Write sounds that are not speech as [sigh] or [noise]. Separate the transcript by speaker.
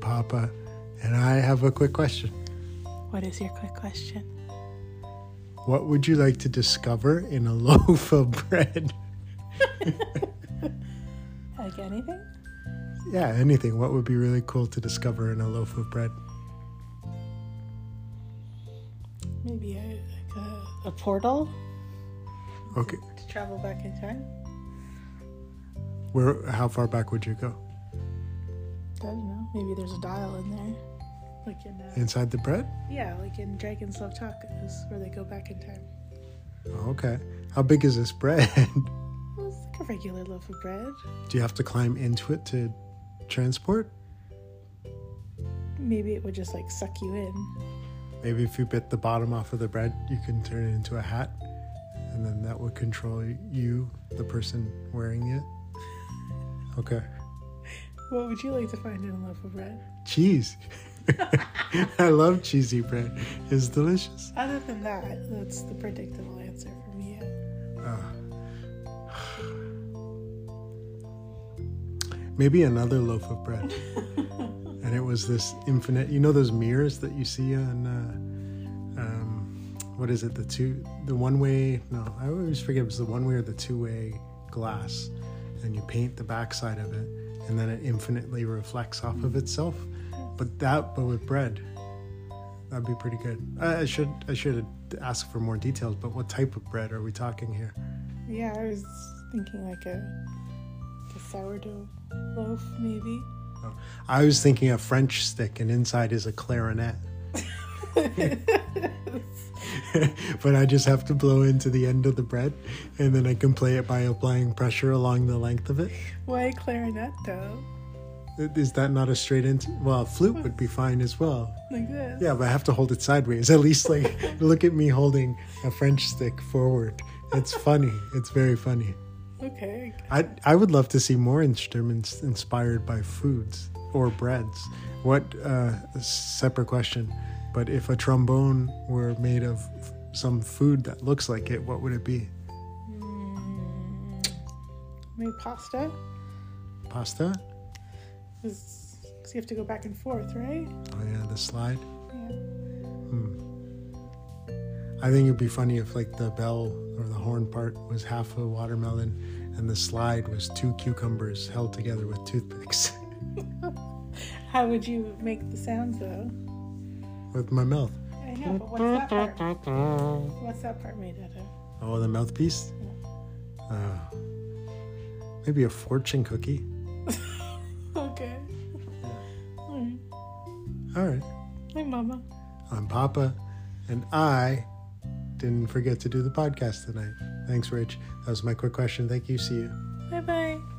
Speaker 1: Papa, and I have a quick question.
Speaker 2: What is your quick question?
Speaker 1: What would you like to discover in a [laughs] loaf of bread?
Speaker 2: Like anything?
Speaker 1: Yeah, anything. What would be really cool to discover in a loaf of bread?
Speaker 2: Maybe a, like a, a portal
Speaker 1: Okay,
Speaker 2: to travel back in time?
Speaker 1: where? How far back would you go?
Speaker 2: I don't know. Maybe there's a dial in there. Like in, uh,
Speaker 1: Inside the bread?
Speaker 2: yeah, like in Dragon's Love Tacos, where they go back in time.
Speaker 1: Okay. How big is this bread? [laughs]
Speaker 2: Well, it's like a regular loaf of bread.
Speaker 1: Do you have to climb into it to transport?
Speaker 2: Maybe it would just like suck you in.
Speaker 1: Maybe if you bit the bottom off of the bread, you can turn it into a hat, and then that would control you, the person wearing it. Okay.
Speaker 2: What would you like to find in a loaf of bread?
Speaker 1: Cheese. [laughs] I love cheesy bread. It's delicious.
Speaker 2: Other than that, that's the predictable answer from you.
Speaker 1: Maybe another loaf of bread. and it was this infinite. You know those mirrors that you see on. Uh, um, what is it? The two, the one way. No, I always forget. It was the one way or the two way glass, and you paint the backside of it, and then it infinitely reflects off of itself. But that, but with bread, that'd be pretty good. I, I should, I should ask for more details. But what type of bread are we talking here?
Speaker 2: Yeah, I was thinking like a, like a sourdough loaf, [laughs] maybe.
Speaker 1: I was thinking a French stick, and inside is a clarinet. [laughs] but I just have to blow into the end of the bread, and then I can play it by applying pressure along the length of it.
Speaker 2: Why clarinet though?
Speaker 1: Is that not a straight into? Well, a flute would be fine as well.
Speaker 2: Like this.
Speaker 1: Yeah, but I have to hold it sideways. [laughs] At least, like, look at me holding a French stick forward. It's funny. It's very funny.
Speaker 2: Okay.
Speaker 1: I I would love to see more instruments inspired by foods or breads. What uh, a separate question, but if a trombone were made of f- some food that looks like it, what would it be?
Speaker 2: Maybe pasta?
Speaker 1: Pasta?
Speaker 2: Because you have to go back and forth, right?
Speaker 1: Oh yeah, the slide.
Speaker 2: Yeah.
Speaker 1: I think it'd be funny if like the bell or the horn part was half a watermelon, and the slide was two cucumbers held together with toothpicks [laughs]
Speaker 2: How would you make the sounds though?
Speaker 1: with my mouth.
Speaker 2: I know, but what's that part? What's that part made out of?
Speaker 1: Oh, the mouthpiece? Uh, maybe a fortune cookie.
Speaker 2: Okay. Alright.
Speaker 1: All right.
Speaker 2: Hey, Mama.
Speaker 1: I'm Papa, and I didn't forget to do the podcast tonight. Thanks, Rich. That was my quick question. Thank you. See you.
Speaker 2: Bye bye.